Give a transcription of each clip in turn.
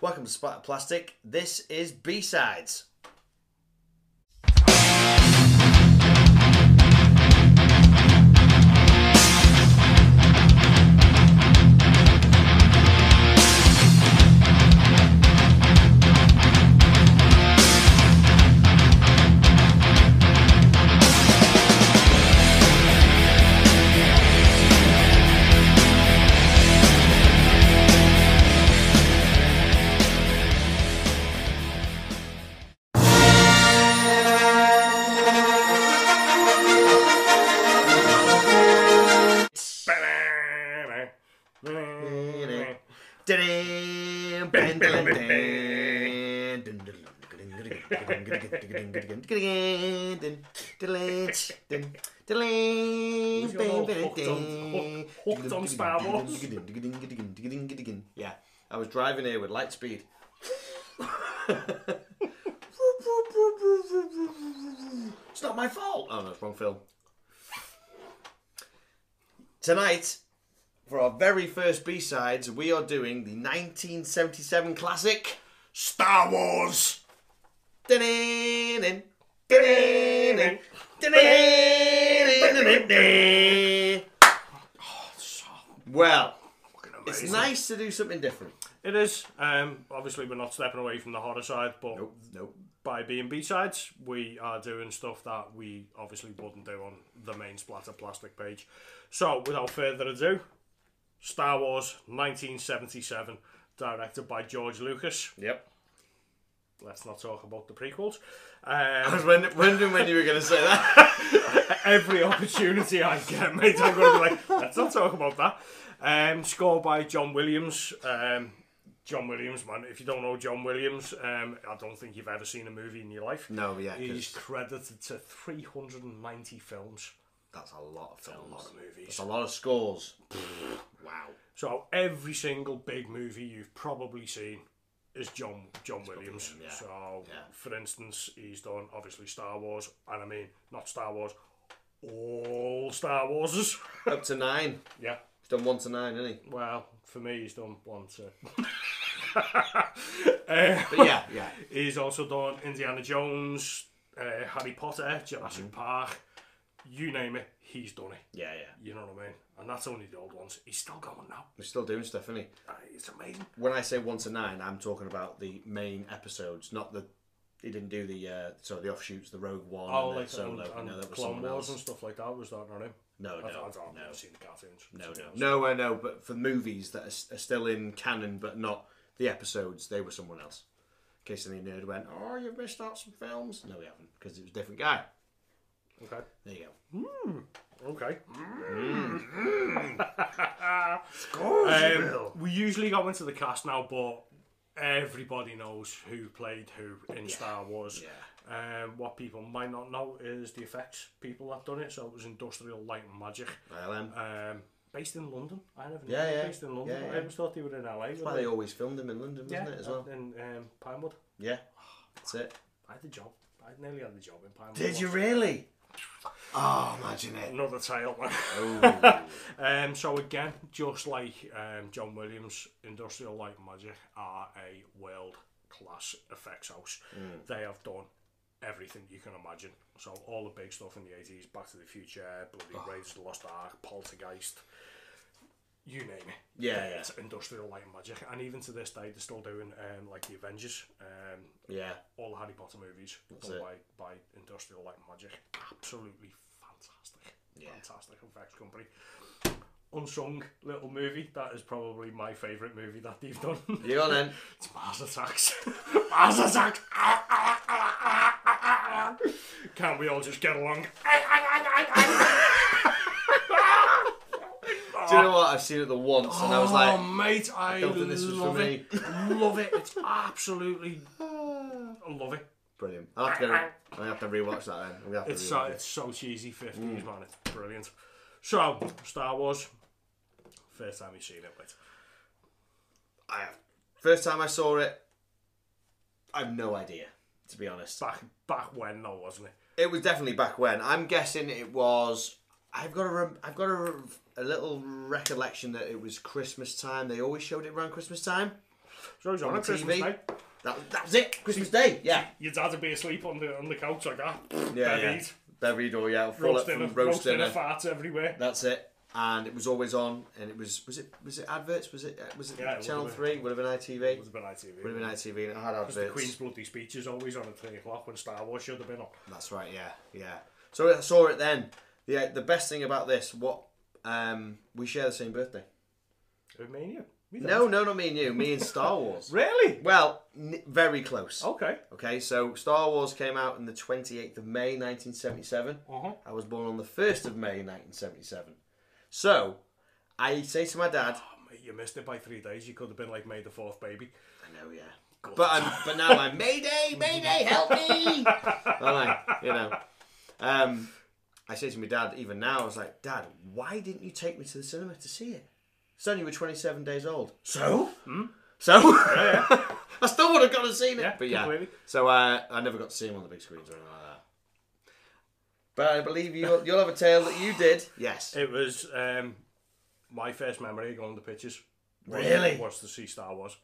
Welcome to Splatter Plastic. This is B Sides. hooked on Sparrows. Yeah, I was driving here with light speed. it's not my fault. Oh no, it's wrong film. Tonight, for our very first B sides, we are doing the 1977 classic. Star Wars. Well, it's nice to do something different. It is. Um, obviously, we're not stepping away from the horror side, but nope. by being B sides, we are doing stuff that we obviously wouldn't do on the main splatter plastic page. So, without further ado, Star Wars 1977, directed by George Lucas. Yep. Let's not talk about the prequels. I Um, was wonder- wondering when you were going to say that. every opportunity I get, mate, I'm going to be like, let's not talk about that. Um, score by John Williams. Um, John Williams, man. If you don't know John Williams, um, I don't think you've ever seen a movie in your life. No, yeah, 'cause- He's credited to 390 films. That's a lot of films. lot of movies. That's a lot of scores. wow. So every single big movie you've probably seen is John John Williams. him, yeah. So Yeah. for instance, he's done obviously Star Wars, and I mean not Star Wars, all Star Warses. Up to nine. yeah. He's done one to nine, isn't he? Well, for me, he's done one two. Uh, But yeah, yeah. He's also done Indiana Jones, uh, Harry Potter, Jurassic Mm-hmm. Park. You name it, he's done it. Yeah, yeah. You know what I mean? And that's only the old ones. He's still going now. We're still doing stuff, isn't he? Uh, It's amazing. When I say one to nine, I'm talking about the main episodes, not the. He didn't do the uh, so the offshoots, the Rogue One, Oh, and the like Solo. and, no, and that was Clone someone Wars else. and stuff like that. Was that not him? No, I, no, I don't no, I've seen the cartoons. no, Someone no, else. no, I know. But for movies that are, s- are still in canon but not the episodes, they were someone else. In case any nerd went, oh, you've missed out some films. No, we haven't, because it was a different guy. Okay. There you go. Okay. um, we usually go into the cast now, but everybody knows who played who in Star Wars. Um, what people might not know is the effects people that done it. So it was Industrial Light and Magic, ILM. um, based in London. I never knew Yeah, they were yeah. based in London. Yeah, I yeah. always thought they were in LA. That's Well, they always filmed them in London, wasn't yeah, it, as well? In um, Pinewood, Yeah. That's it. I had the job. I nearly had the job in Pinewood. Did you really? Oh, imagine it. Another tale. Oh. Um, so again, just like um, John Williams, Industrial Light and Magic are a world class effects house. Mm. They have done everything you can imagine. So all the big stuff in the eighties, Back to the Future, Oh. Bloody Raiders of the Lost Ark, Poltergeist, you name it. Yeah, yeah. It's Industrial Light and Magic, and even to this day, they're still doing um, like the Avengers, um, Yeah. all the Harry Potter movies done it. by, by Industrial Light and Magic. Absolutely fantastic. Yeah. Fantastic effects company. Unsung little movie. That is probably my favourite movie that they've done. You on then? it's Mars Attacks. Mars Attacks. Can't we all just get along? Do you know what? I've seen it the once and I was like, oh, mate, I, don't think this was for love it. love it. It's absolutely. I love it. brilliant. I'll have to, go, I'll have to rewatch that then. I'm gonna have to It's so, rewatch it. it's so cheesy 50s, Mm. man. It's brilliant. So, Star Wars. First time you've seen it, mate. I have. First time I saw it, I have no idea, to be honest. Back, back when, though, wasn't it? It was definitely back when. I'm guessing it was. I've got a. Rem- I've got a, re- a little recollection that it was Christmas time. They always showed it around Christmas time. So it was on, On on Christmas TV. night. That, that was it. Christmas Day. Yeah. Your dad would be asleep on the on the couch like that. Yeah. yeah. Buried. Buried or yeah, full up Roast from dinner, roast roast dinner, dinner. farts everywhere. That's it. And it was always on, and it was was it was it adverts? Was it uh, was it Yeah, it Channel would've Three? Would have been It ITV. was a bit ITV. Would have been ITV, and it had Because the Queen's adverts. bloody speech is always on at three o'clock when Star Wars should have been on. That's right. Yeah, yeah. So I saw it then. The the best thing about this, what um, we share the same birthday. Romania. We No, no, not me and you. Me and Star Wars. Really? Well, n- very close. Okay. Okay, so Star Wars came out on the 28th of May 1977. Uh-huh. I was born on the 1st of May 1977. So, I say to my dad, Oh, mate, you missed it by three days. You could have been like May the Fourth, baby. I know, yeah. But I'm, but now I'm Mayday, Mayday, help me! I'm like, you know. Um, I say to my dad, even now, I was like, Dad, why didn't you take me to the cinema to see it? Sonny, you were 27 days old. So? So? I still would have gone and seen it. Hmm? Yeah, but yeah. completely. So uh, I never got to see him on the big screens or anything like that. But I believe you, you'll have a tale that you did. Yes. It was um, my first memory of going to pitches. was- Really? Was to see Star Wars.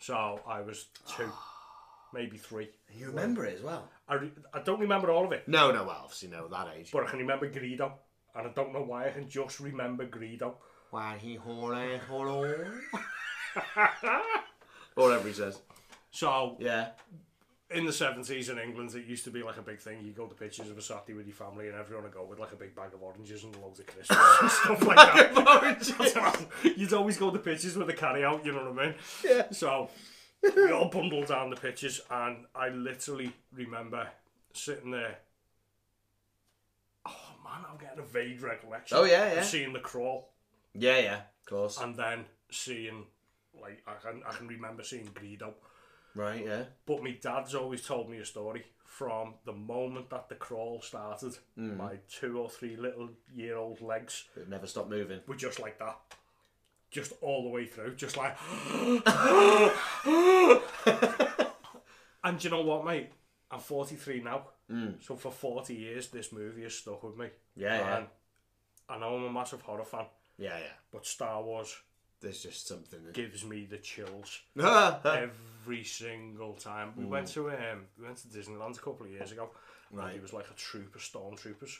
So I was two, maybe three. You remember it as well? I, re- I don't remember all of it, No, no, well, obviously, no, that age. but I can remember Greedo. And I don't know why, I can just remember Greedo. Why he horny, horny? or whatever he says. So Yeah. in the seventies in England, it used to be like a big thing. You go to pictures of a Saturday with your family, and everyone would go with like a big bag of oranges and loads of crisps and stuff like that. You'd always go to pictures with a carry out. You know what I mean? Yeah. So we all bundled down the pictures, and I literally remember sitting there. Oh man, I'm getting a vague recollection. Oh, yeah, of yeah. Seeing the crawl, yeah, yeah, of course. and then seeing like I can I can remember seeing Greedo. right, yeah. But my dad's always told me a story from the moment that the crawl started. Mm. My two or three little year old legs It never stopped moving. were just like that. Just all the way through, just like. and do you know what, mate? I'm 43 now. So for 40 years, this movie has stuck with me. Mm. Yeah, yeah. And I know I'm a massive horror fan, Yeah, yeah. but Star Wars There's just something. Oh, gives me the chills. That... every single time. We went to um, we went to Disneyland a couple of years ago. Mm. Right. And it was like a troop of stormtroopers.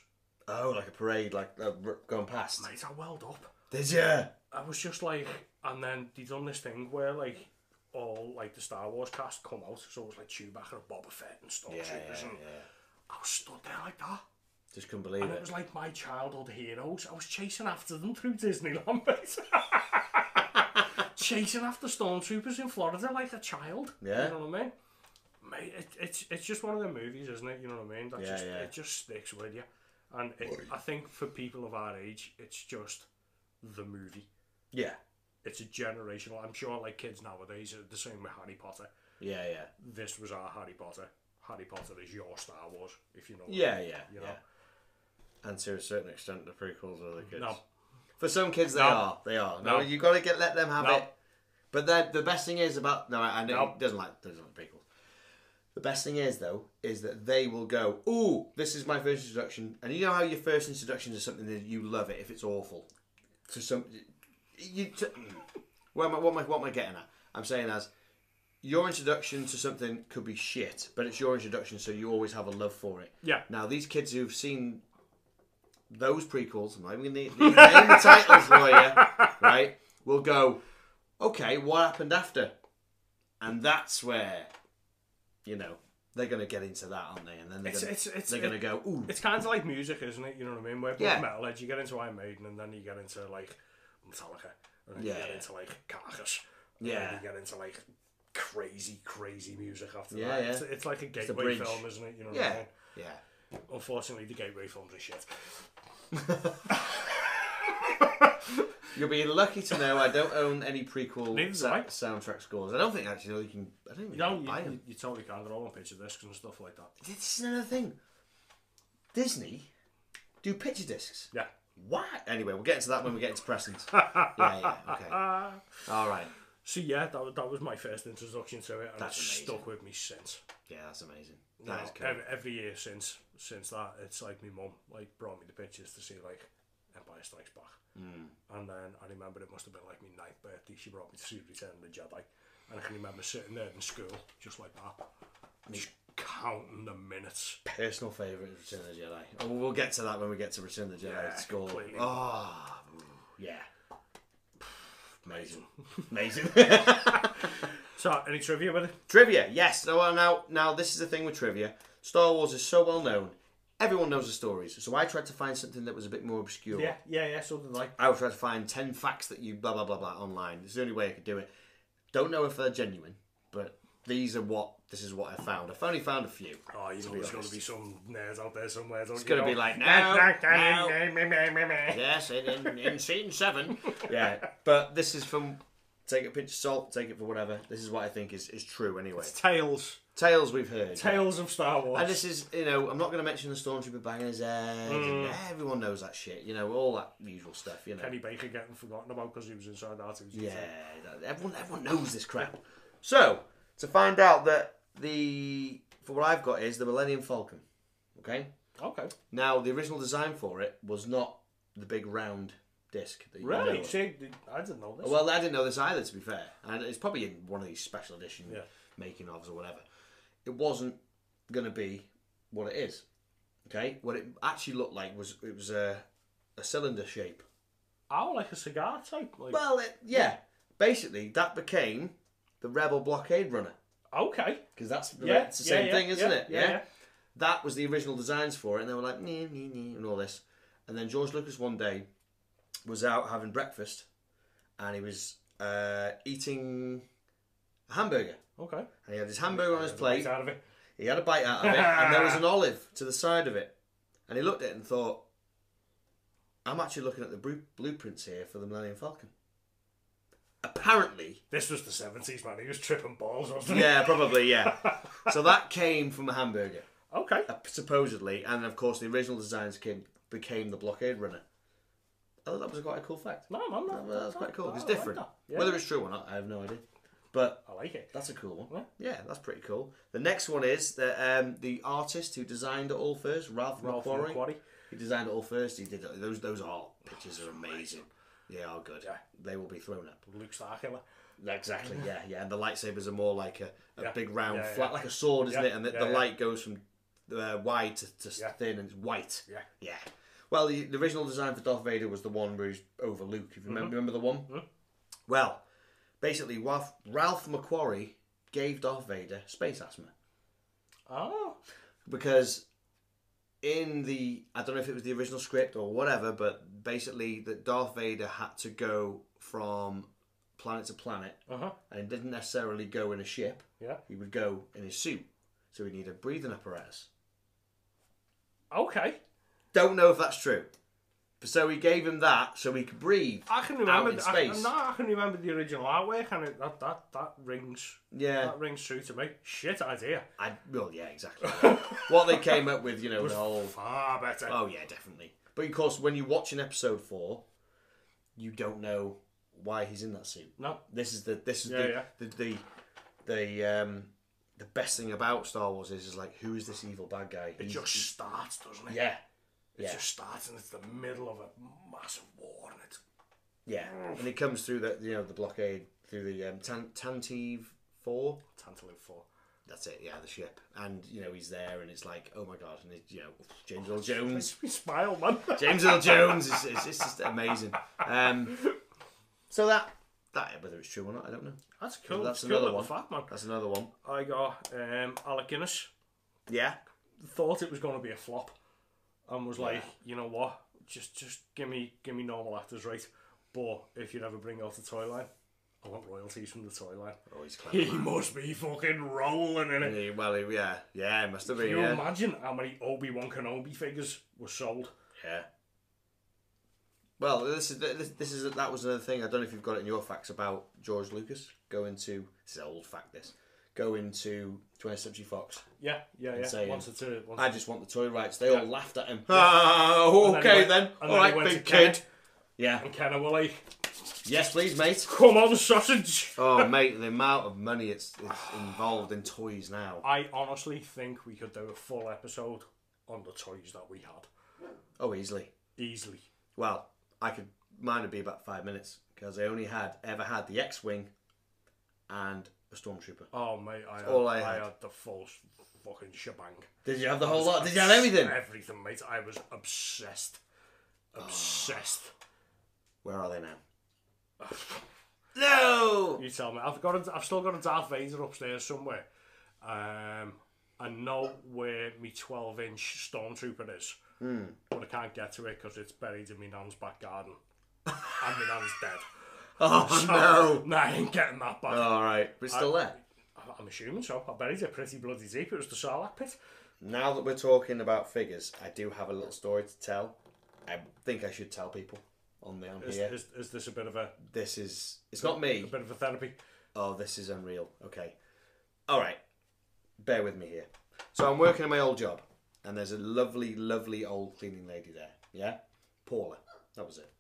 oh, like a parade, like uh, r- going past. Mate, I welled up. Did you? I was just like, and then they done this thing where like all like the Star Wars cast come out, so it was like Chewbacca and Boba Fett and Yeah, stormtroopers, yeah, yeah. and I was stood there like that, Just couldn't believe and it it. was like my childhood heroes. I was chasing after them through Disneyland, mate. chasing after stormtroopers in Florida like a child. Yeah. You know what I mean? Mate, it, it's it's just one of the movies, isn't it? You know what I mean? That Yeah, just, yeah. It just sticks with you, and it, I think for people of our age, it's just the movie. Yeah. It's a generational. I'm sure like kids nowadays are the same with Harry Potter. Yeah, yeah. This was our Harry Potter. Harry Potter is your Star Wars, if you know. what I Yeah, mean, yeah, You know. yeah. And to a certain extent, the prequels are the kids. No. For some kids, they No. are. They are. No, No. you got to get let them have No. it. But then the best thing is about no, I I know No. he doesn't like doesn't like prequels. The best thing is though is that they will go, "Ooh, this is my first introduction," and you know how your first introduction is something that you love it if it's awful. To some, you. T- what am I? What am I? What am I getting at? I'm saying as your introduction to something could be shit, but it's your introduction, so you always have a love for it. Yeah. Now these kids who've seen those prequels, I'm not even going to name the titles for you, right? Will go, okay, what happened after? And that's where, you know, they're going to get into that, aren't they? And then they're It's- going it's- to it's- they're going to go, ooh, It's kind of like music, isn't it? You know what I mean? Where Yeah. yeah. metalhead, you get into Iron Maiden, and then you get into like Metallica, and then Yeah, you get yeah. into like Carcass, and yeah, then you get into like crazy, crazy music after Yeah, that. yeah. It's, it's like a gateway bridge. film, isn't it? You know what I yeah, mean? yeah. Unfortunately, the gateway films are shit. You'll be lucky to know I don't own any prequel Neither sa- do I. soundtrack scores. I don't think actually you can. I don't even No, think buy them. you, you totally can. They're all on picture discs and stuff like that. This is another thing. Disney do picture discs. Yeah. Why? Anyway, we'll get into that when we get into Preston's. yeah, yeah, okay. All right. So yeah, that, wa- that was my first introduction to it, and That's it's amazing. stuck with me since. Yeah, that's amazing. That is Now, ev- every, year since since that, it's like my mum like brought me the pictures to see like Empire Strikes Hmm. Back, mm. and then I remember it must have been like my ninth birthday. She brought me to see Return of the Jedi, And I can remember sitting there in school, just like that, just counting the minutes. Personal favourite is Return of the Jedi. Oh, we'll get to that when we get to Return of the Jedi Yeah, score. completely. Ah, ooh, yeah. Amazing. Amazing. So, any trivia with it? Trivia, yes. So, uh, now, now this is the thing with trivia. Star Wars is so well known. Everyone knows the stories. So I tried to find something that was a bit more obscure. Yeah, yeah, yeah, something like I was trying to find ten facts that you blah blah blah blah online. It's the only way I could do it. Don't know if they're genuine, but these are what this is what I found. I've only found a few. Oh, you know, be there's going to honest. be some nerds out there somewhere. It's gonna be like, "No, no. Yes, in, in, in scene seven. yeah, but this is from. Take it a pinch of salt. Take it for whatever. This is what I think is, is true anyway. Tales, Tales we've heard. tales of Star Wars. And this is, you know, I'm not going to mention the Stormtrooper bangers. head. and everyone knows that shit, you know, all that usual stuff, you know. Kenny Baker getting forgotten about because he was inside that. yeah, that- everyone, everyone knows this crap. So, to find out that the, for what I've got is the Millennium Falcon, okay? Okay. Now, the original design for it was not the big round disc. That you know Really? of. See, I didn't know this. Well, I didn't know this either, to be fair. And it's probably in one of these special edition Yeah. making ofs or whatever. It wasn't going to be what it is. Okay? What it actually looked like was it was a, a cylinder shape. Oh, like a cigar type. Like, Well, it, yeah. Basically, that became the Rebel Blockade Runner. okay. Because that's the- Yeah, it's the yeah, same yeah, thing, isn't yeah, it? yeah, yeah. That was the original designs for it, and they were like, nee, nee, nee, and all this. And then George Lucas one day was out having breakfast, and he was uh, eating a hamburger. Okay. And he had his hamburger on his plate. Out of it. He had a bite out of it, and there was an olive to the side of it. And he looked at it and thought, "I'm actually looking at the bru- blueprints here for the Millennium Falcon." Apparently, This was the seventies, man. He was tripping balls, wasn't he? yeah, probably, yeah. So that came from a hamburger, Okay. uh, supposedly, and of course, the original designs came became the blockade runner. I thought that was quite a cool fact. No, man, That that, was quite cool. Oh, I It's like different. that. Yeah. Whether it's true or not, I have no idea. But I like it. That's a cool one. Yeah, that's pretty cool. The next one is the um, the artist who designed it all first, Ralph, Ralph Macquarie. Macquarie. He designed it all first. He did those those art pictures are amazing. They are good. Yeah. They will be thrown up. Luke Starkiller. Exactly. Yeah, yeah. And the lightsabers are more like a, a Yeah. big round Yeah, flat, yeah. like a sword, isn't Yeah, it? And the, yeah, the yeah. light goes from uh, wide to, to Yeah. thin, and it's white. Yeah. Yeah. Well, the, the original design for Darth Vader was the one where he's over Luke. If you Mm-hmm. remember, remember the one. Well, basically, Ralph, Ralph Macquarie gave Darth Vader space asthma Oh. because in the I don't know if it was the original script or whatever, but basically that Darth Vader had to go from planet to planet Uh huh. and didn't necessarily go in a ship. Yeah. He would go in his suit, so he needed a breathing apparatus. Okay. Don't know if that's true. So he gave him that so he could breathe. I can remember. in I, can- space. no, I can remember the original artwork, and it, that that that rings Yeah, that rings true to me. Shit idea. I well, yeah, exactly. what they came up with, you know, the whole Far better. Oh yeah, definitely. But of course, when you watch an episode four, you don't know why he's in that suit. no. This is the this is Yeah, the, yeah. the the the um the best thing about Star Wars is is like who is this evil bad guy? It He's- just starts, doesn't it? yeah It yeah. just starts, and it's the middle of a massive war, and it's yeah, and he comes through the you know the blockade through the um, Tan- Tantive four. tantalum four. That's it, yeah, the ship, and you know he's there, and it's like, oh my god, and it, you know James Earl Jones, We smile, man. James Earl Jones is, is, is just amazing. Um, so that that whether it's true or not, I don't know. That's cool. That's That's cool another another one. Fact, man. That's another one. I got um, Alec Guinness. Yeah. Thought it was going to be a flop, and was like, you know what? Just, just give me, give me normal actors, right? But if you ever bring out the toy line, I want royalties from the toy line. Oh, he's He clever. must be fucking rolling in it. Yeah, well, he- yeah, yeah, it must have been. Can you Yeah. imagine how many Obi Wan Kenobi figures were sold? yeah. Well, this is this, this is that was another thing. I don't know if you've got it in your facts about George Lucas going to this is an old fact. This going to 20th Century Fox. Yeah, yeah, yeah. Insane. Wanted to. Wanted I just want the toy rights. They all laughed at him. Oh, And okay he went- then. and All he right, went big to kid. Kenner, Yeah. And Kenner were like, Yes, please, mate. "Come on, sausage." Oh, mate, the amount of money it's, it's involved in toys now. I honestly think we could do a full episode on the toys that we had Oh, easily. easily. Well, I could mine would be about five minutes because I only had ever had the X Wing and a stormtrooper? Oh mate, I had, all I I, had. had. the full s- fucking shebang. Did you have the whole lot? Did you have everything? Ah. Everything, mate. I was obsessed, obsessed. Where are they now? No. You tell me. I've got. A, I've still got a Darth Vader upstairs somewhere. Um, I know where my 12-inch stormtrooper is, Hmm. but I can't get to it because it's buried in my nan's back garden, and my nan's dead. Oh no. Nah, I ain't getting that back. All right, but it's still there. I- I'm assuming so. I buried it pretty bloody deep. It was the Sarlacc pit. Now that we're talking about figures, I do have a little story to tell. I think I should tell people on the on Is, here. is, is this a bit of a, This is it's not me. a bit of a therapy? Oh, this is unreal. Okay. All right. Bear with me here. So I'm working at my old job, and there's a lovely, lovely old cleaning lady there. Yeah? Paula. That was it.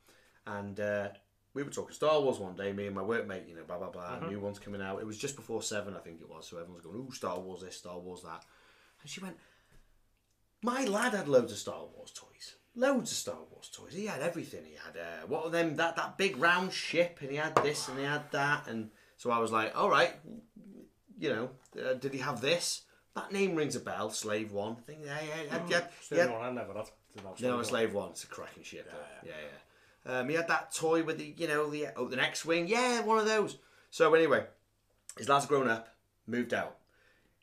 And uh, we were talking Star Wars one day, me and my workmate, you know, blah, blah, blah. New one's coming out. It was just before seven, I think it was. So everyone's going, ooh, Star Wars this, Star Wars that. And she went, my lad had loads of Star Wars toys. Loads of Star Wars toys. He had everything. He had uh, what were them that that big round ship, and he had this, and he had that, and so I was like, all right, you know, uh, did he have this? That name rings a bell. Slave one. I think yeah, yeah, yeah. yeah, It's the yeah. only one I never had. Didn't have No, Star a Wars. slave one. It's a cracking ship. Yeah, yeah. yeah, Um, he had that toy with the, you know, the oh, the next wing. Yeah, one of those. So anyway, his lad's grown up, moved out.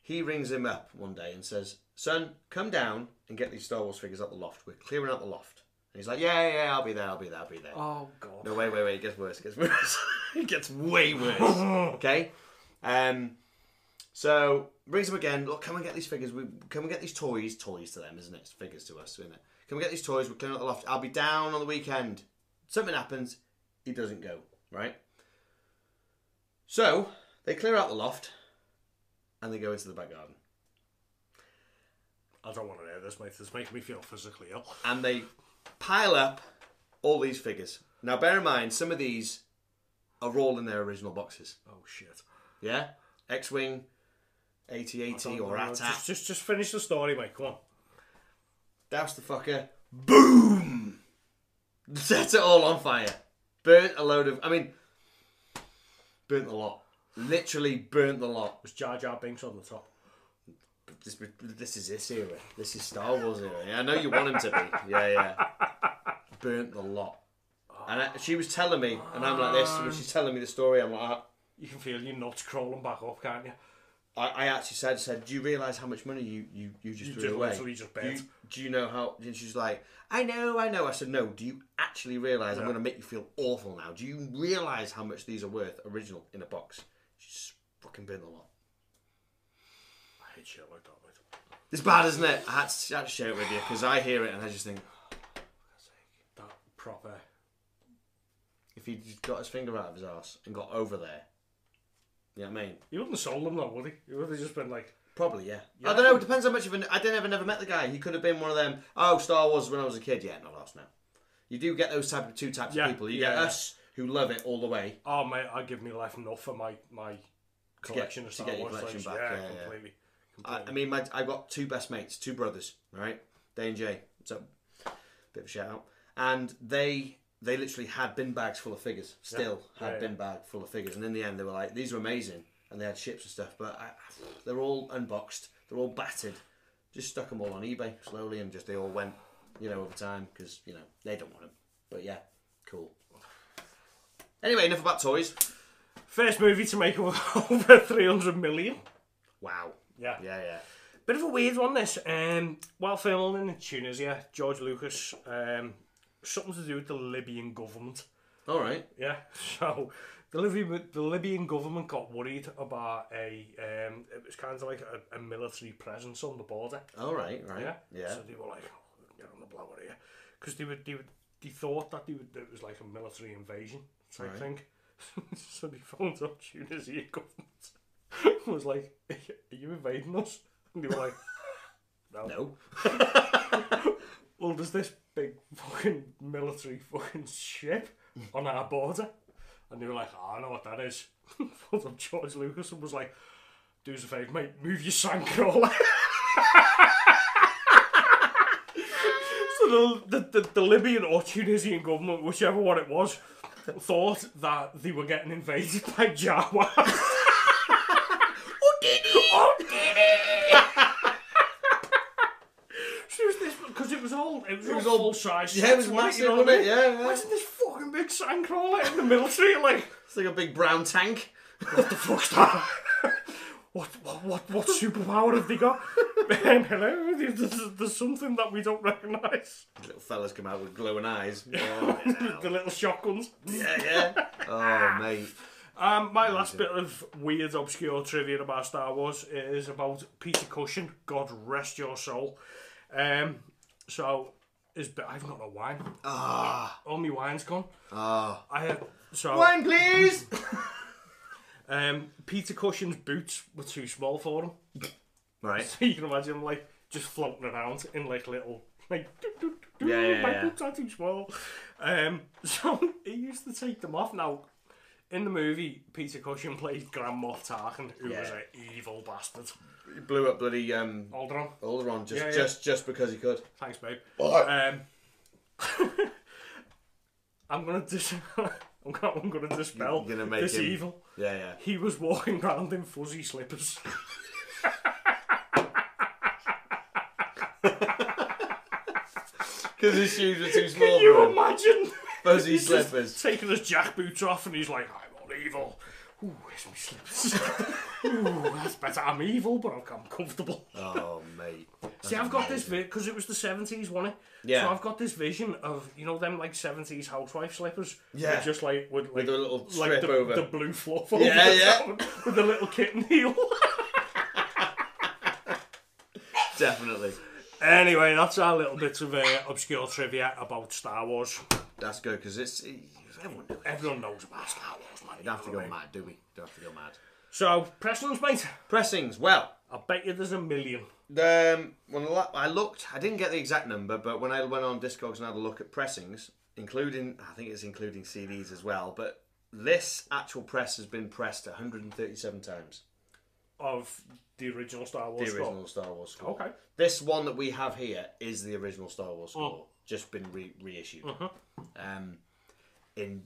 He rings him up one day and says, "Son, come down and get these Star Wars figures out the loft. We're clearing out the loft." And he's like, "Yeah, yeah, yeah, I'll be there. I'll be there. I'll be there." Oh god. No, wait, wait, wait. It gets worse. It gets worse. it gets way worse. Okay. Um. So brings him again. Look, come and get these figures. We come and get these toys. Toys to them, isn't it? It's figures to us, isn't it? Come and get these toys. We're cleaning out the loft. I'll be down on the weekend. Something happens. He doesn't go. Right. So they clear out the loft, and they go into the back garden, I don't want to hear this, mate. This makes me feel physically ill. and they pile up all these figures. Now, bear in mind, some of these are all in their original boxes. Oh shit. Yeah? X Wing, 8080 or No, ATAT. Just, just, just finish the story, mate. Come on. Douse the fucker. Boom! Set it all on fire. Burnt a load of. I mean, burnt the lot. Literally burnt the lot. Was Jar Jar Binks on the top? This, this is this era. This is Star Wars era. Yeah, I know you want him to be. Yeah, yeah. Burnt the lot. And I, she was telling me, and I'm like this. When she's telling me the story, I'm like, "Ah, You can feel your nuts crawling back up, can't you? I, I actually said, said, do you realise how much money you, you, you just You threw just away? literally just do, you, bet." do you know how? And she's like, I know, I know. I said, no. Do you actually realise I'm going to make you feel awful now? Do you realise how much these are worth original in a box? She's fucking been a lot. I hate shit like that, mate. It's bad, isn't it? I had to, I had to share it with you because I hear it and I just think, That proper. if he just got his finger out of his ass and got over there, you know what I mean? He wouldn't have sold them though, would he? He would have just been like, Probably, yeah. I Yeah. don't know. It depends how much of an. I didn't ever never met the guy. He could have been one of them. Oh, Star Wars when I was a kid. Yeah, not us now. You do get those type of two types Yeah, of people. You yeah, get yeah. us who love it all the way. "Oh mate, I give me left enough for my my collection to of Star get your Wars collection things." back, yeah, yeah, yeah. completely. I, I completely. mean, my, I've got two best mates, two brothers. All right, Day and Jay. So, bit of a shout out. And they they literally had bin bags full of figures. Still Yeah, had yeah. bin bag full of figures. And in the end, they were like, these are amazing, and they had ships and stuff. But I, they're all unboxed. They're all battered. Just stuck them all on eBay slowly, and just they all went, you know, over time because you know they don't want them. But yeah, cool. Anyway, enough about toys. First movie to make over 300 million. Wow. Yeah. Yeah, yeah. Bit of a weird one, this. Um, while filming in Tunisia, George Lucas, um, something to do with the Libyan government. All right. Yeah, so the Libyan, the Libyan government got worried about a, um, it was kind of like a, a military presence on the border. All right. Right. Yeah. Yeah. So they were like, oh, we can get on the blower here. Because they, would, they, would, they thought that they would, it was like a military invasion type Right. thing. so they phoned up Tunisia government and was like, are you, are you invading us? And they were like, no. well, there's this big fucking military fucking ship on our border. And they were like, "Oh, I know what that is. Pulled up George Lucas and was like, do us a favour, mate, move your sandcrawler. so the, the, the, the Libyan or Tunisian government, whichever one it was, thought that they were getting invaded by Jawas. won't give it! Because it was all, it was, was all all- full size. Yeah, it was sets, wasn't massive, wasn't it? Yeah, yeah. Why isn't this fucking big sandcrawler in the military? Like, It's like a big brown tank. what the fuck's that? What, what, what, what superpower have they got? Um, hello, there's, there's something that we don't recognise. Little fellas come out with glowing eyes. the little shotguns. yeah, yeah. Oh, mate. Um, my last bit of weird, obscure trivia about Star Wars is about Peter Cushing. God rest your soul. Um, so, is I've got no wine. Ah, All my wine's gone. ah. I have so Wine, please. um, Peter Cushing's boots were too small for him. Right. You can imagine him like just floating around in like little like doot, doot, doot, doot, Yeah, yeah, my yeah. boots are too small. Um, so he used to take them off. Now in the movie, Peter Cushing played Grand Moff Tarkin, who was Yeah. an evil bastard. He blew up bloody um Alderaan, Alderon just Yeah, yeah. just just because he could. thanks, babe. What? Um, I'm gonna dis- I'm gonna, I'm gonna dispel You're gonna make this him- evil. Yeah, yeah. He was walking around in fuzzy slippers. Because his shoes were too small Can you for him. imagine? Fuzzy He's just slippers. Taking his jack boots off, and he's like, "I'm all evil." Ooh, where's my slippers? Ooh, that's better. I'm evil, but I'm comfortable. Oh, mate. See, I've got this because it was the seventies, wasn't it? Yeah. So I've got this vision of you know them like seventies housewife slippers. Yeah. They're Just like with like the little like strip the, over. the blue fluff. Yeah, the yeah. top With the little kitten heel. Definitely. anyway, that's our little bit of uh, obscure trivia about Star Wars. That's good because it's everyone knows. Everyone knows about Star Wars, man. Don't have to go mad, do we? Don't have to go mad. So Preston's mate. Pressings. Well, I bet you there's a million. Um, when I lo- I looked, I didn't get the exact number, but when I went on Discogs and had a look at pressings, including I think it's including CDs as well, but this actual press has been pressed 137 times. of the original Star Wars The score. original Star Wars score. Okay. This one that we have here is the original Star Wars Oh. score, just been re- reissued. Uh-huh. Um, in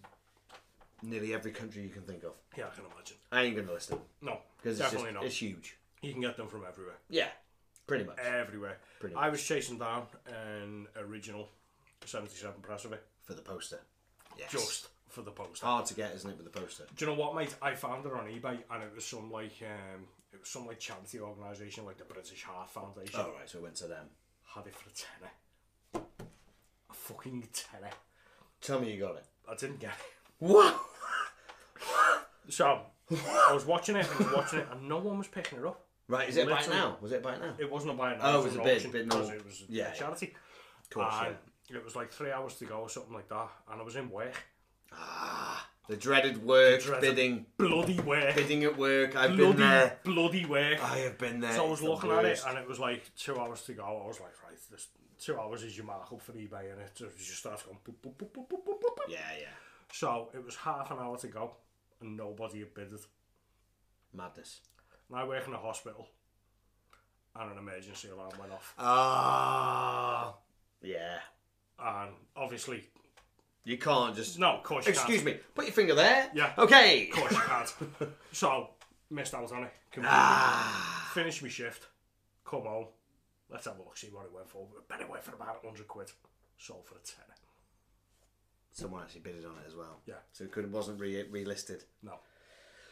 nearly every country you can think of. Yeah, I can imagine. I ain't gonna list them No, because it's definitely just not. it's huge. You can get them from everywhere. Yeah, pretty much. Everywhere. Pretty I was chasing down an original 77 press of it For the poster, yes. just for the poster. Hard to get, isn't it, with the poster? Do you know what, mate? I found it on eBay and it was some like um, it was some like charity organisation like the British Heart Foundation. All right, so we went to them. Had it for a tenner. A fucking tenner. Tell me you got it. I didn't get it. What? So I was watching it, I was watching it, and no one was picking it up. Right, is it a bite Literally. now? Was it a bite now? It wasn't a buy now. Oh, an it was a bid, auction bid because no- It was a yeah, yeah. charity. Of course, and yeah. it was like three hours to go or something like that. And I was in work, Ah, The dreaded work, dreaded- bidding, bloody work, bidding at work. I've bloody been there. bloody work. I have been there. so I was It's the looking at it, worst. and it was like two hours to go. I was like, right, this two hours is your markup for eBay, and it So it just starts going. Boop, boop, boop, boop, boop, boop, boop. Yeah, yeah. So it was half an hour to go, and nobody had bid it. Madness. And I work in a hospital, and an emergency alarm went off, Ah. yeah. and obviously, You can't just. no, of course you can't. Excuse me. Put your finger there. Yeah. Okay. course you can't. So, missed out on it. Completely. Ah. Finished my shift. Come home. Let's have a look, see what it went for. Bet it went for about 100 quid. Sold for a tenner. Someone actually bidded on it as well. Yeah. So it couldn't, wasn't re- relisted. No.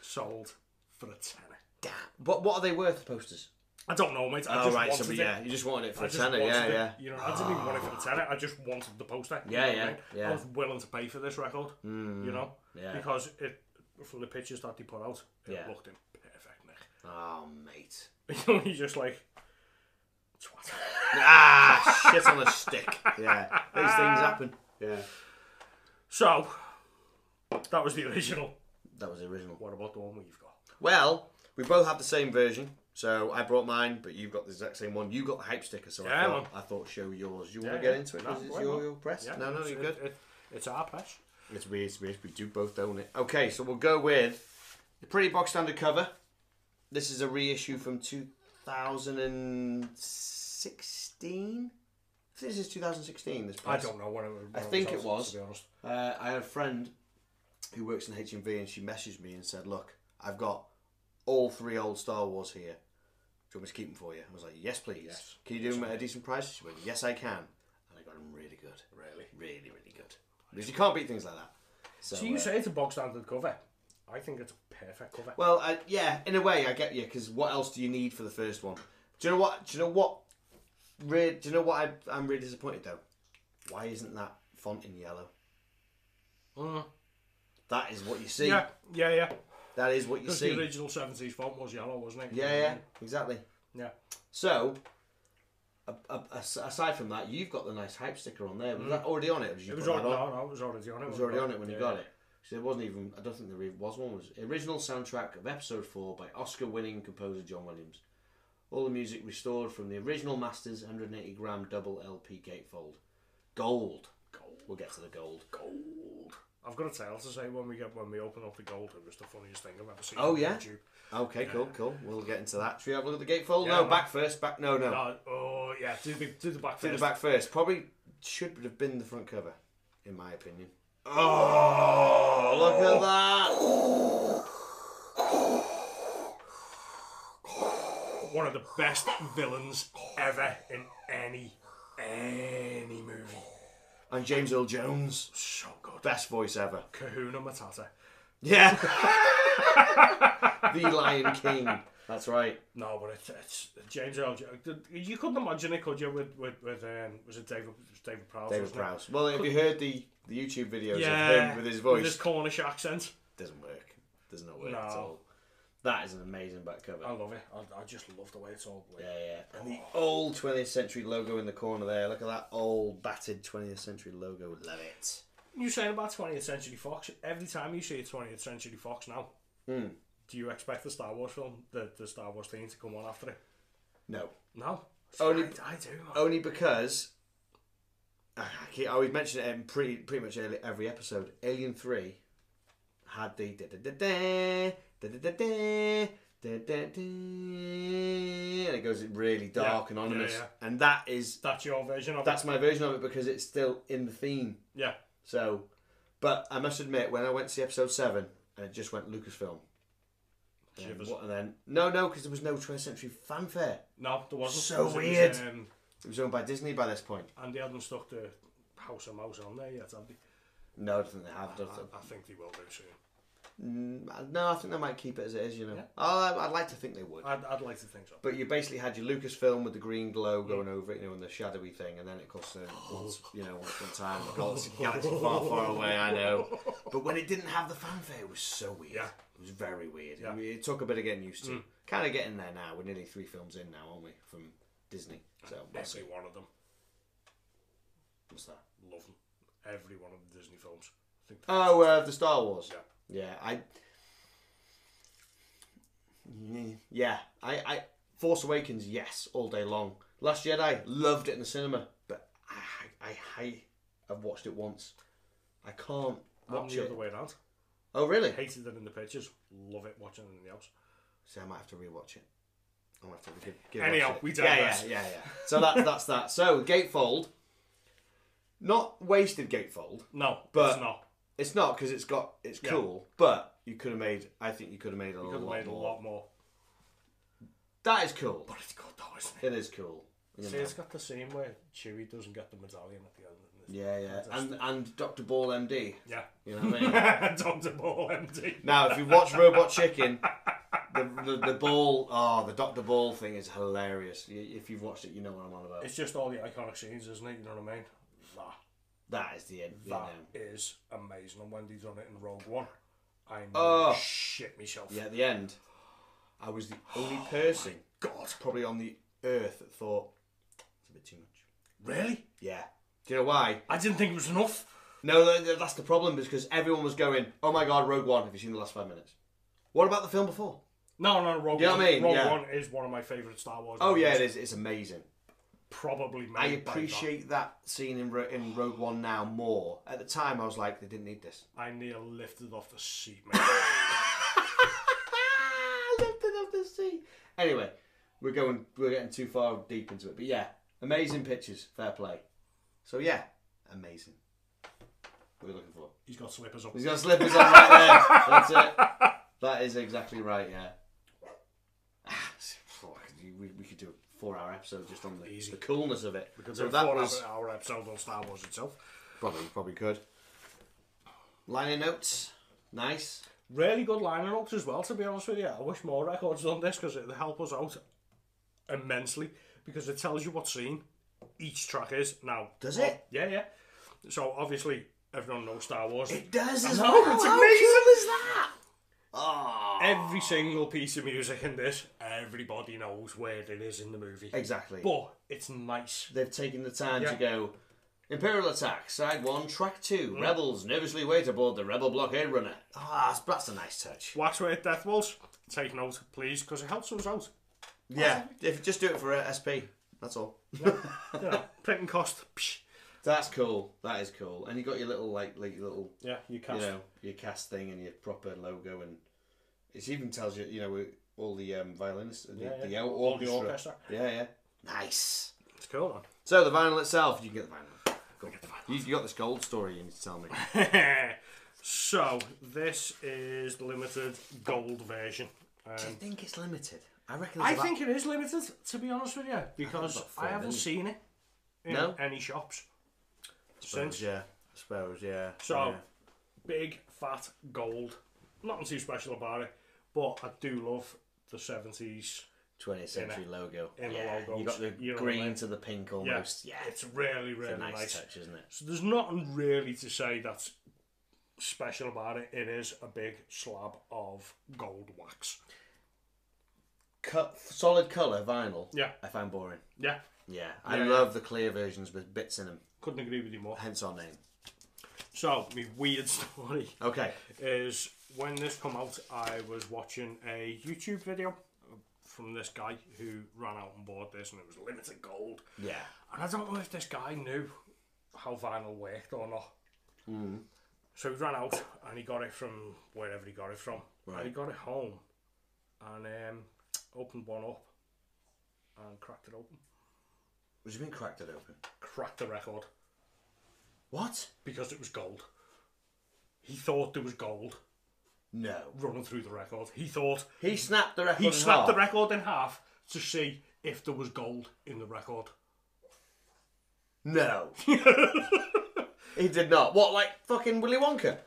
Sold for a tenner. Damn. What What are they worth? The posters. I don't know, mate. I oh just right. wanted So it. yeah, you just wanted it for I a just tenner. wanted Yeah, it. yeah. Ah. You know, I didn't even want it for the tenner. I just wanted the poster. you Yeah, know what I yeah, mean? yeah. Hmm, I was willing to pay for this record. You know, Yeah. because it from the pictures that they put out, it Yeah. looked in perfect nick. Oh mate. You know, you just like twat. Ah, shit on a stick. Yeah, these things happen. Yeah, So, that was the original. that was the original. What about the one you've got? Well, we both have the same version, so I brought mine, but you've got the exact same one. You got the hype sticker, so Yeah, I, thought, I thought show yours. You want Yeah, to get yeah. into it? No, Because it's why your, not? your press. no, no, it's, you're good. It, it, it's our press. It's weird, it's weird. We do both own it. Okay, so we'll go with the pretty box standard cover. This is a reissue from 2016. I think this is 2016. This I press. don't know when it was. I when think out, it was. To be honest. Uh, I had a friend who works in HMV, and she messaged me and said, "Look, I've got all three old Star Wars here. Do you want me to keep them for you? I was like, yes, please. Yes. Can you do them at a decent price? She went, yes, I can. And I got them really good. Really? Really, really good. Because you can't beat things like that. So, So you uh, say it's a bog standard cover. I think it's a perfect cover. well, I, yeah, in a way, I get you. Because what else do you need for the first one? Do you know what? Do you know what? Re- do you know what? I, I'm really disappointed though. Why isn't that font in yellow? That is what you see. Mm. yeah, yeah, yeah. That is what you Because see. the original 70s font was yellow, wasn't it? Yeah, yeah, exactly. Yeah. So, a, a, a- aside from that, you've got the nice hype sticker on there. Was that already on it? Or did you Mm. It was put already, that on? no, no, it was already on it. It was already on it when you got it. So there wasn't even. I don't think there even was one. It was the original soundtrack of Episode Four by Oscar-winning composer John Williams. All the music restored from the original master's 180 gram double LP gatefold. Gold. Gold. We'll get to the gold. Gold. I've got a tale to say when we get when we open up the gold. It was the funniest thing I've ever seen. Oh, on yeah? YouTube. Okay, cool, cool. We'll get into that. Should we have a look at the gatefold? Yeah, no, no. back first. Back. No, no. No, oh yeah, do the do the back Do the first. back first. Probably should have been the front cover, in my opinion. Oh, Look at that! one of the best villains ever in any any movie. And James Earl Jones, So good. best voice ever. Oh, Kahuna Matata. Yeah. the Lion King. That's right. No, but it's, it's James Earl. Jo- You couldn't imagine it, could you? With with, with um, was it David it was David Prowse? David wasn't it? Prowse. Well, have you heard the, the YouTube videos Yeah, of him with his with voice? his Cornish accent. Doesn't work. Does not work No. Oh. at all. That is an amazing back cover. I love it. I, I just love the way it's all. Yeah, yeah. And the old 20th century logo in the corner there. Look at that old battered 20th century logo. Love it. You saying about 20th Century Fox? Every time you see a 20th Century Fox now, Hmm. do you expect the Star Wars film, the, the Star Wars theme, to come on after it? No. No. Only- I, I do. man. only because I keep- I always mention it in pretty pretty much every, every episode. Alien Three had the da da da da da da da da da da da, and it goes really dark Yeah, and ominous, yeah, and that is That's your version of that's my version of it because it's still in the theme. it. Yeah. So, but I must admit, when I went to see episode seven, and it just went Lucasfilm. And Shivers. what- and then no, no, because there was no 20th century fanfare. No, there wasn't. So Because it was, weird. um, It was owned by Disney by this point. and they hadn't stuck the House of Mouse on there yet, have they? No, I don't think they have. I I, don't think- I think they will do soon. Mm, No, I think they might keep it as it is. You know, Yeah. I, I'd like to think they would. I'd, I'd like to think so. But you basically had your Lucasfilm with the green glow going over it, you know, and the shadowy thing, and then of course, uh, once, you know, once upon a time, the galaxy, galaxy far, far away. I know. But when it didn't have the fanfare, it was so weird. Yeah. It was very weird. Yeah. Mm. It, it took a bit of getting used to. Kind of getting there now. We're nearly three films in now, aren't we? From Disney. Uh, So we'll see. Every one of them. What's that? Love them. Every one of the Disney films. I think Oh, uh, the Star Wars. Yeah. Yeah, I. Yeah, I, I. Force Awakens, yes, all day long. Last Jedi, loved it in the cinema, but I, I, I have watched it once. I can't I'm watch the it. other way around. Oh, really? Hated it in the pictures. Love it watching it in the house. So I might have to rewatch it. I might have to give, give Anyhow, watch it. we yeah, yeah, digress. yeah, yeah. So that's that's that. So gatefold, not wasted gatefold. No, But- it's not. It's not because it's got it's Yeah. cool, but you could have made. I think you could have made a Could have lot made a more. lot more. That is cool. But it's good though, isn't it? It is cool. you See, know. it's got the same where Chewie doesn't get the medallion at the end. isn't it? Yeah, yeah. And and Dr. Ball MD. Yeah. You know what I mean? Dr. Ball MD. now, if you watch Robot Chicken, the, the, the ball, oh, the Dr. Ball thing is hilarious. Y- If you've watched it, you know what I'm on about. It's just all the iconic scenes, isn't it? You know what I mean? That, That is the end. you that know. is amazing. And when they done it in Rogue One, I Oh. shit myself. Yeah, at the end, I was the Oh only person God. probably on the earth that thought, it's a bit too much. Really? Yeah. Do you know why? I didn't think it was enough. No, th- th- that's the problem because everyone was going, oh my god, Rogue One, have you seen the last five minutes? What about the film before? No, no, Rogue You know One. what I mean? Rogue Yeah. One is one of my favourite Star Wars. Oh, yeah, movies. it is. It's amazing. Probably made I by appreciate that scene in Ro- in Rogue One now more. At the time, I was like, they didn't need this. that. I near lifted off the seat, mate. Lifted up the sea. Anyway, we're going, we're getting too far deep into it, but yeah, amazing pictures. Fair play. So yeah, amazing. What are we looking for? He's got slippers up. He's got slippers on right there. That's it. That is exactly right. Yeah. Ah, we four-hour episode just on the, Easy. the coolness of it. Because so if that four was our episode on Star Wars itself. probably probably could. Liner notes, nice. Really good liner notes as well, to be honest with you. I wish more records done this because it'll help us out immensely because it tells you what scene each track is now. Does it? Yeah, yeah. So obviously, everyone knows Star Wars. It does as I well. know, it's How amazing. cool is that? Ah, Every single piece of music in this, everybody knows where it is in the movie. exactly. But it's nice. They've taken the time to Yeah. go. Imperial attack, side one, track two. Rebels nervously wait aboard the Rebel blockade runner. Mm. Ah, that's, that's a nice touch. Waxworth Death Waltz, take note, please, because it helps us out. Yeah, if you just do it for uh, SP, that's all. You know, printing cost. Psh. That's cool. That is cool. And you got your little like, like your little Yeah, you you cast. know your cast thing and your proper logo and it even tells you you know all the um, violinists and the, Yeah, yeah. the All or- the orchestra. orchestra. Yeah, yeah. Nice. It's cool, man. So the vinyl itself, you can get the vinyl. Cool. the vinyl. You, you got this gold story you need to tell me. so this is the limited gold version. Do you Um, think it's limited? I reckon. It's I about- think it is limited, to be honest with you, because about four I haven't million. seen it in No? any shops since. Yeah, I suppose. Yeah. So yeah. big fat gold. Nothing too special about it, but I do love the seventies. 20th century logo. in the yeah. logos, You got the you know what I green mean? to the pink Yeah, almost. Yeah. it's really really a nice, nice. touch, isn't it? So there's nothing really to say that's special about it. It is a big slab of gold wax. Cut, solid color vinyl. Yeah. I find boring. Yeah, Yeah, I Yeah, love the clear versions with bits in them. couldn't agree with you more. Hence our name. So, my weird story Okay. is when this come out, I was watching a YouTube video from this guy who ran out and bought this, and it was limited gold. Yeah. And I don't know if this guy knew how vinyl worked or not. So he ran out and he got it from wherever he got it from. Right. And he got it home and um, opened one up and cracked it open. What do you mean cracked it open? Cracked the record What? because it was gold. He thought there was gold. No. running through the record. He thought He snapped the record. he in snapped the half. record in half to see if there was gold in the record. No. he did not. What, like fucking Willy Wonka?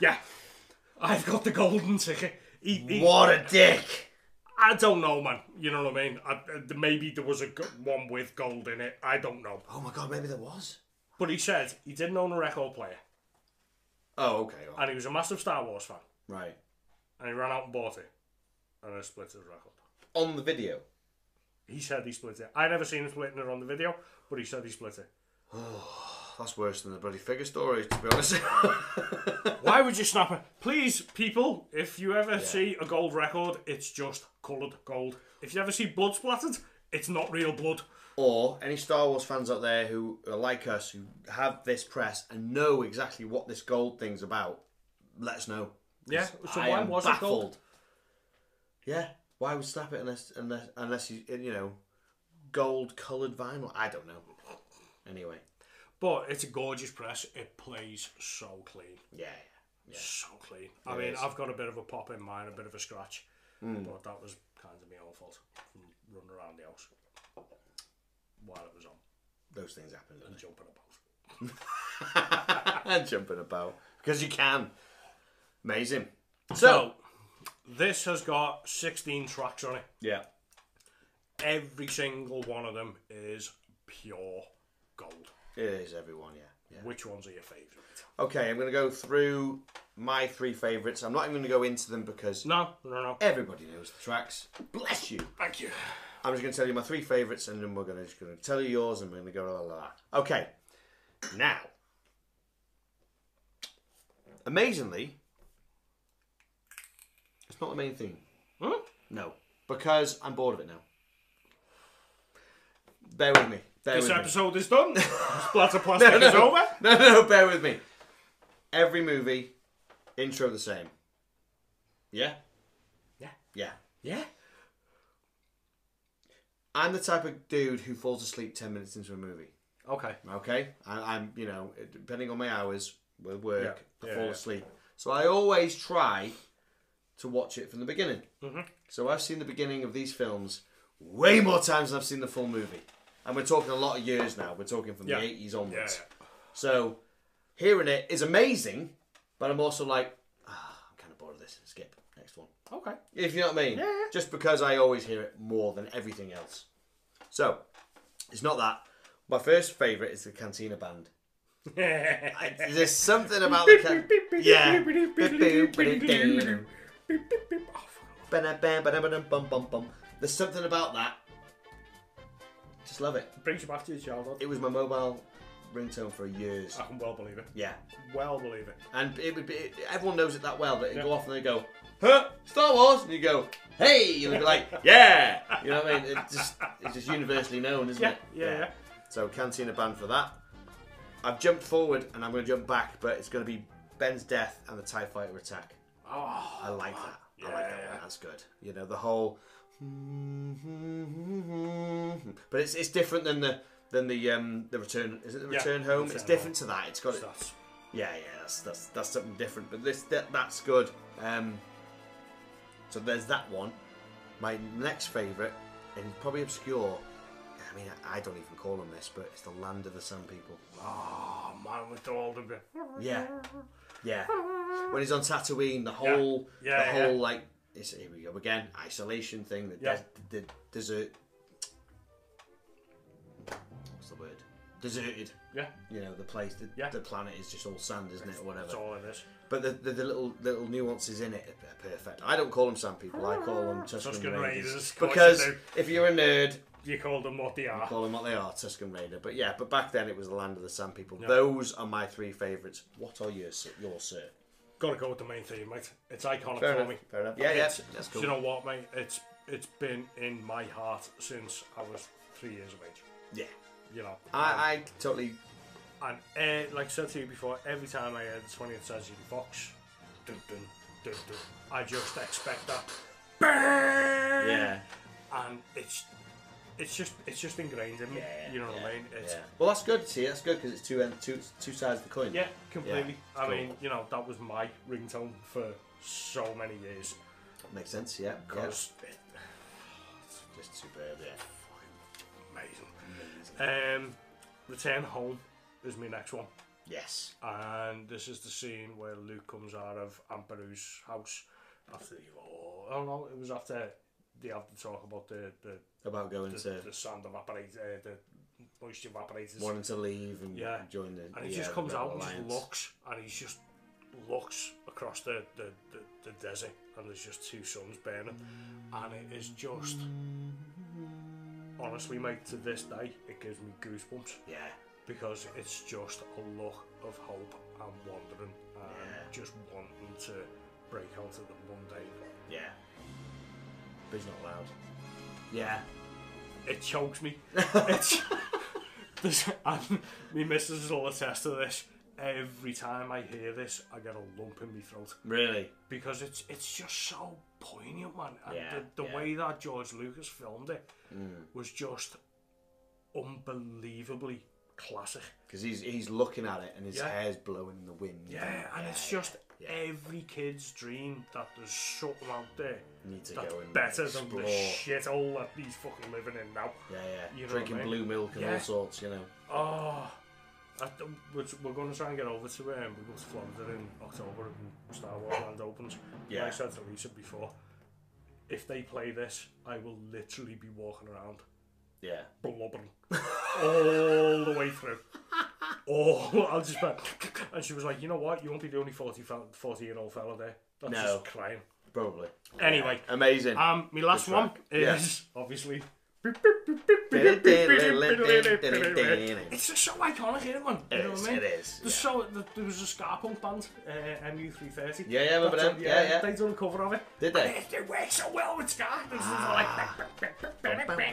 Yeah, I've got the golden ticket. He, he- What a dick! I don't know, man. You know what I mean? I, uh, maybe there was a go- one with gold in it. I don't know. Oh my god, maybe there was. But he said he didn't own a record player Oh, okay. well, and he was a massive Star Wars fan Right. and he ran out and bought it and then split his record. On the video. He said he split it. I never seen him splitting it on the video, but he said he split it. That's worse than the bloody figure stories, to be honest. Why would you snap it? Please, people, if you ever see a gold record, it's just coloured gold. If you ever see blood splattered, it's not real blood. or any Star Wars fans out there who are like us, who have this press and know exactly what this gold thing's about, let us know. Yeah. So I why am was it gold? baffled. Yeah, why would slap it unless unless unless you you know gold coloured vinyl? I don't know. Anyway, But it's a gorgeous press. It plays so clean. yeah, So clean. I mean, I've got a bit of a pop in mine, a bit of a scratch. But that was kind of my own fault from running around the house while it was on those things happen. don't and jumping about. they? And jumping about because you can. Amazing. So, So, this has got 16 tracks on it. yeah, every single one of them is pure gold. it is everyone. Yeah, yeah. Which ones are your favourite? Okay, I'm gonna go through my three favourites. I'm not even gonna go into them because No, no, no. everybody knows the tracks. Bless you. Thank you. I'm just going to tell you my three favourites, and then we're going to just going to tell you yours, and we're going to go la la la. Okay, now, amazingly, it's not the main theme. Hmm? No, because I'm bored of it now. Bear with me. Bear This with me. episode is done. Splatter plastic is over. No, no, bear with me. Every movie, intro the same. Yeah? Yeah. Yeah. Yeah. I'm the type of dude who falls asleep 10 minutes into a movie. Okay. Okay, I, I'm you know it- depending on my hours with work, Yeah, I yeah, fall yeah. asleep. So I always try to watch it from the beginning. Mm-hmm. So I've seen the beginning of these films way more times than I've seen the full movie. And we're talking a lot of years now. We're talking from Yeah. the 80s Yeah, onwards. yeah. So hearing it is amazing, but I'm also like, ah, I'm kind of bored of this. Skip. Next one. Okay. If you know what I mean. Yeah, yeah. Just because I always hear it more than everything else. So, it's not that. My first favourite is the Cantina Band. I, there's something about the can- Yeah. Oh, fuck. Ba-da-ba-ba-da-ba-dum-bum-bum-bum. There's something about that. Just love it. It brings you back to your childhood. It was my mobile ringtone for years. I can well believe it. Yeah. Well believe it. And it would be everyone knows it that well that you go off and they go, huh, Star Wars, and you go, hey, and they'd be like, yeah, you know what I mean? It just it's just universally known, isn't Yeah, it? yeah, yeah. So Cantina band for that. I've jumped forward and I'm going to jump back, but it's going to be Ben's death and the Tie Fighter attack. Oh, I like that. I like that Yeah. one. That's good. You know the whole, but it's it's different than the than the um the return is it the Yeah, return home? Return it's different to that. It's got it. that's Yeah, yeah, that's that's that's something different. But this that, that's good. Um, so there's that one. My next favourite, and probably obscure. I mean, I, I don't even call them this, but it's the Land of the Sun People. oh man, with all the bit. Yeah, yeah. When he's on Tatooine, the whole, Yeah, the yeah. whole like, it's, here we go again. Isolation thing. The, Yeah. des- the desert. What's the word? Deserted. Yeah, You know, the place, the, Yeah. the planet is just all sand, isn't it, or whatever. that's all it is. But the, the, the little little nuances in it are are perfect. I don't call them sand people. I call them Tuscan, Tuscan Raiders, Raiders, of course because you do. if you're a nerd, You call them what they are. call them what they are, Tuscan Raider. But yeah, but back then it was the land of the sand people. Those are my three favourites. What are yours, sir- yours, sir? Gotta go with the main theme, mate. It's iconic Fair for enough, me. fair enough. Yeah, yeah, It's- that's do You know what, mate? It's it's been in my heart since I was three years of age. Yeah, You know, I, I totally. and uh, like I said to you before, every time I hear the 20th Century Fox, dun, dun, dun, dun, I just expect that. Bang! Yeah, and it's it's just it's just ingrained in me. yeah. you know what I mean? It's, yeah. Well, that's good. See, that's good because it's two end, two two sides of the coin. Yeah, completely. it's I cool. mean, you know, that was my ringtone for so many years makes sense. Yeah, yeah. because it just superb. Yeah, amazing. Um, Return Home is my next one, yes. and this is the scene where Luke comes out of Amperu's house after the. Oh, oh no, it was after they have to talk about the the, About going the, to the sand evaporate, uh, the moisture evaporators. wanting to leave and Yeah. join the. and he yeah, just the comes Rebel out and just Alliance. looks and he's just looks across the the, the, the desert and there's just two suns burning and it is just honestly mate to this day it gives me goosebumps Yeah, because it's just a look of hope and wandering and Yeah. just wanting to break out of the mundane yeah. But he's not allowed. Yeah. it chokes me it's this, and my missus will attest to this every time I hear this I get a lump in my throat Really? because it's it's just so poignant, man. And Yeah, the, the yeah. Mm. way that George Lucas filmed it was just unbelievably classic. Because he's he's looking at it and his Yeah. hair's blowing in the wind. Yeah, and it's just every kid's dream that there's something out there Need to that's go and better explore. than the shithole that he's fucking living in now. Yeah, yeah. You know Drinking what I mean? blue milk and Yeah. all sorts, you know. Oh. I, th- we're, we're going to try and get over to um, we go to Florida in October and Star Wars Land opens. Yeah. Like I said to Lisa before, if they play this, I will literally be walking around Yeah. blubbering all the way through. Oh, I'll just be, and she was like, you know what? You won't be the only 40, fel- 40 year old fella there. That's No. just crying. Probably. Anyway, Amazing. um, my last Good one track. is obviously. It's just so iconic, isn't it, man? You It know is, what I mean? it is, There's so, there- there was a ska punk band, uh, MU330. Yeah, yeah, I remember That's them. a- Yeah, yeah. They done a cover of it. Did they? And it, it works so well with ska. It's just like.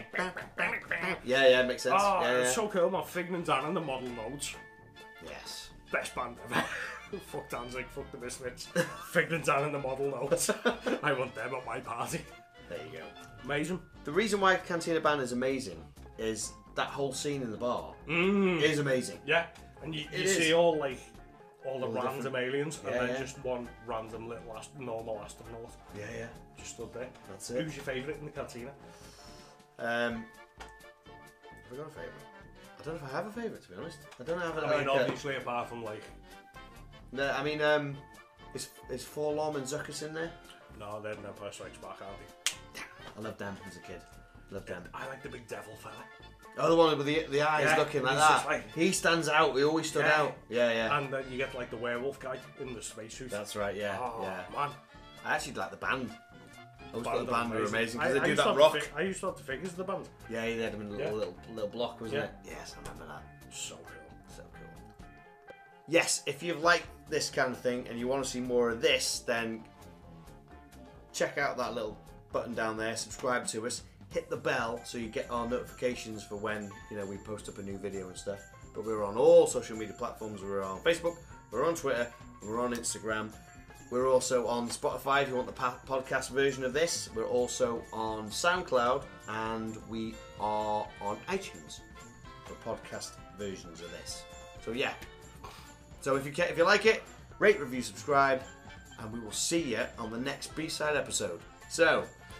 yeah, yeah, makes sense. Oh, yeah, yeah. it's so cool, man. Fig and Dan and the Model Loads. yes. Best band ever. fuck Danzig, fuck the Misfits. Fig and Dan and the Model Loads. I want them at my party. There you go. Amazing. The reason why Cantina Band is amazing is Mm. that whole scene in the bar is amazing. Yeah. And you, you is. see all like all the All random different. aliens, Yeah, and then yeah. just one random little ast- normal astronaut Yeah, yeah. just stood there. That's it. Who's your favourite in the cantina? Um, have I got a favourite? I don't know if I have a favourite, to be honest. I don't have. a- I mean, like, a- obviously, apart from like, no, I mean, um, is is Forlorn and Zuckus in there? no, they're no Empire Strikes Back, aren't they? I loved them as a kid. Loved them. I like the big devil fella. Oh, the one with the the eyes Yeah, looking like he's just that. like- he stands out. He always stood Yeah. out. Yeah, yeah. And then you get like the werewolf guy in the spacesuit. That's right. Yeah, oh, yeah. man. I actually like the band. I always thought the are band were amazing I- because I they do used to that have rock. The, fi- I used to have the figures of the band. yeah, they had them in a little, Yeah. little little block, wasn't Yeah. it? Yes, I remember that. So cool. So cool. Yes, if you've liked this kind of thing and you want to see more of this, then check out that little button down there. Subscribe to us. Hit the bell so you get our notifications for when you know we post up a new video and stuff. But we're on all social media platforms. We're on Facebook. We're on Twitter. We're on Instagram. We're also on Spotify if you want the pa- podcast version of this. We're also on SoundCloud and we are on iTunes for podcast versions of this. So yeah. So if you ca- if you like it, rate, review, subscribe, and we will see you on the next B-side episode. So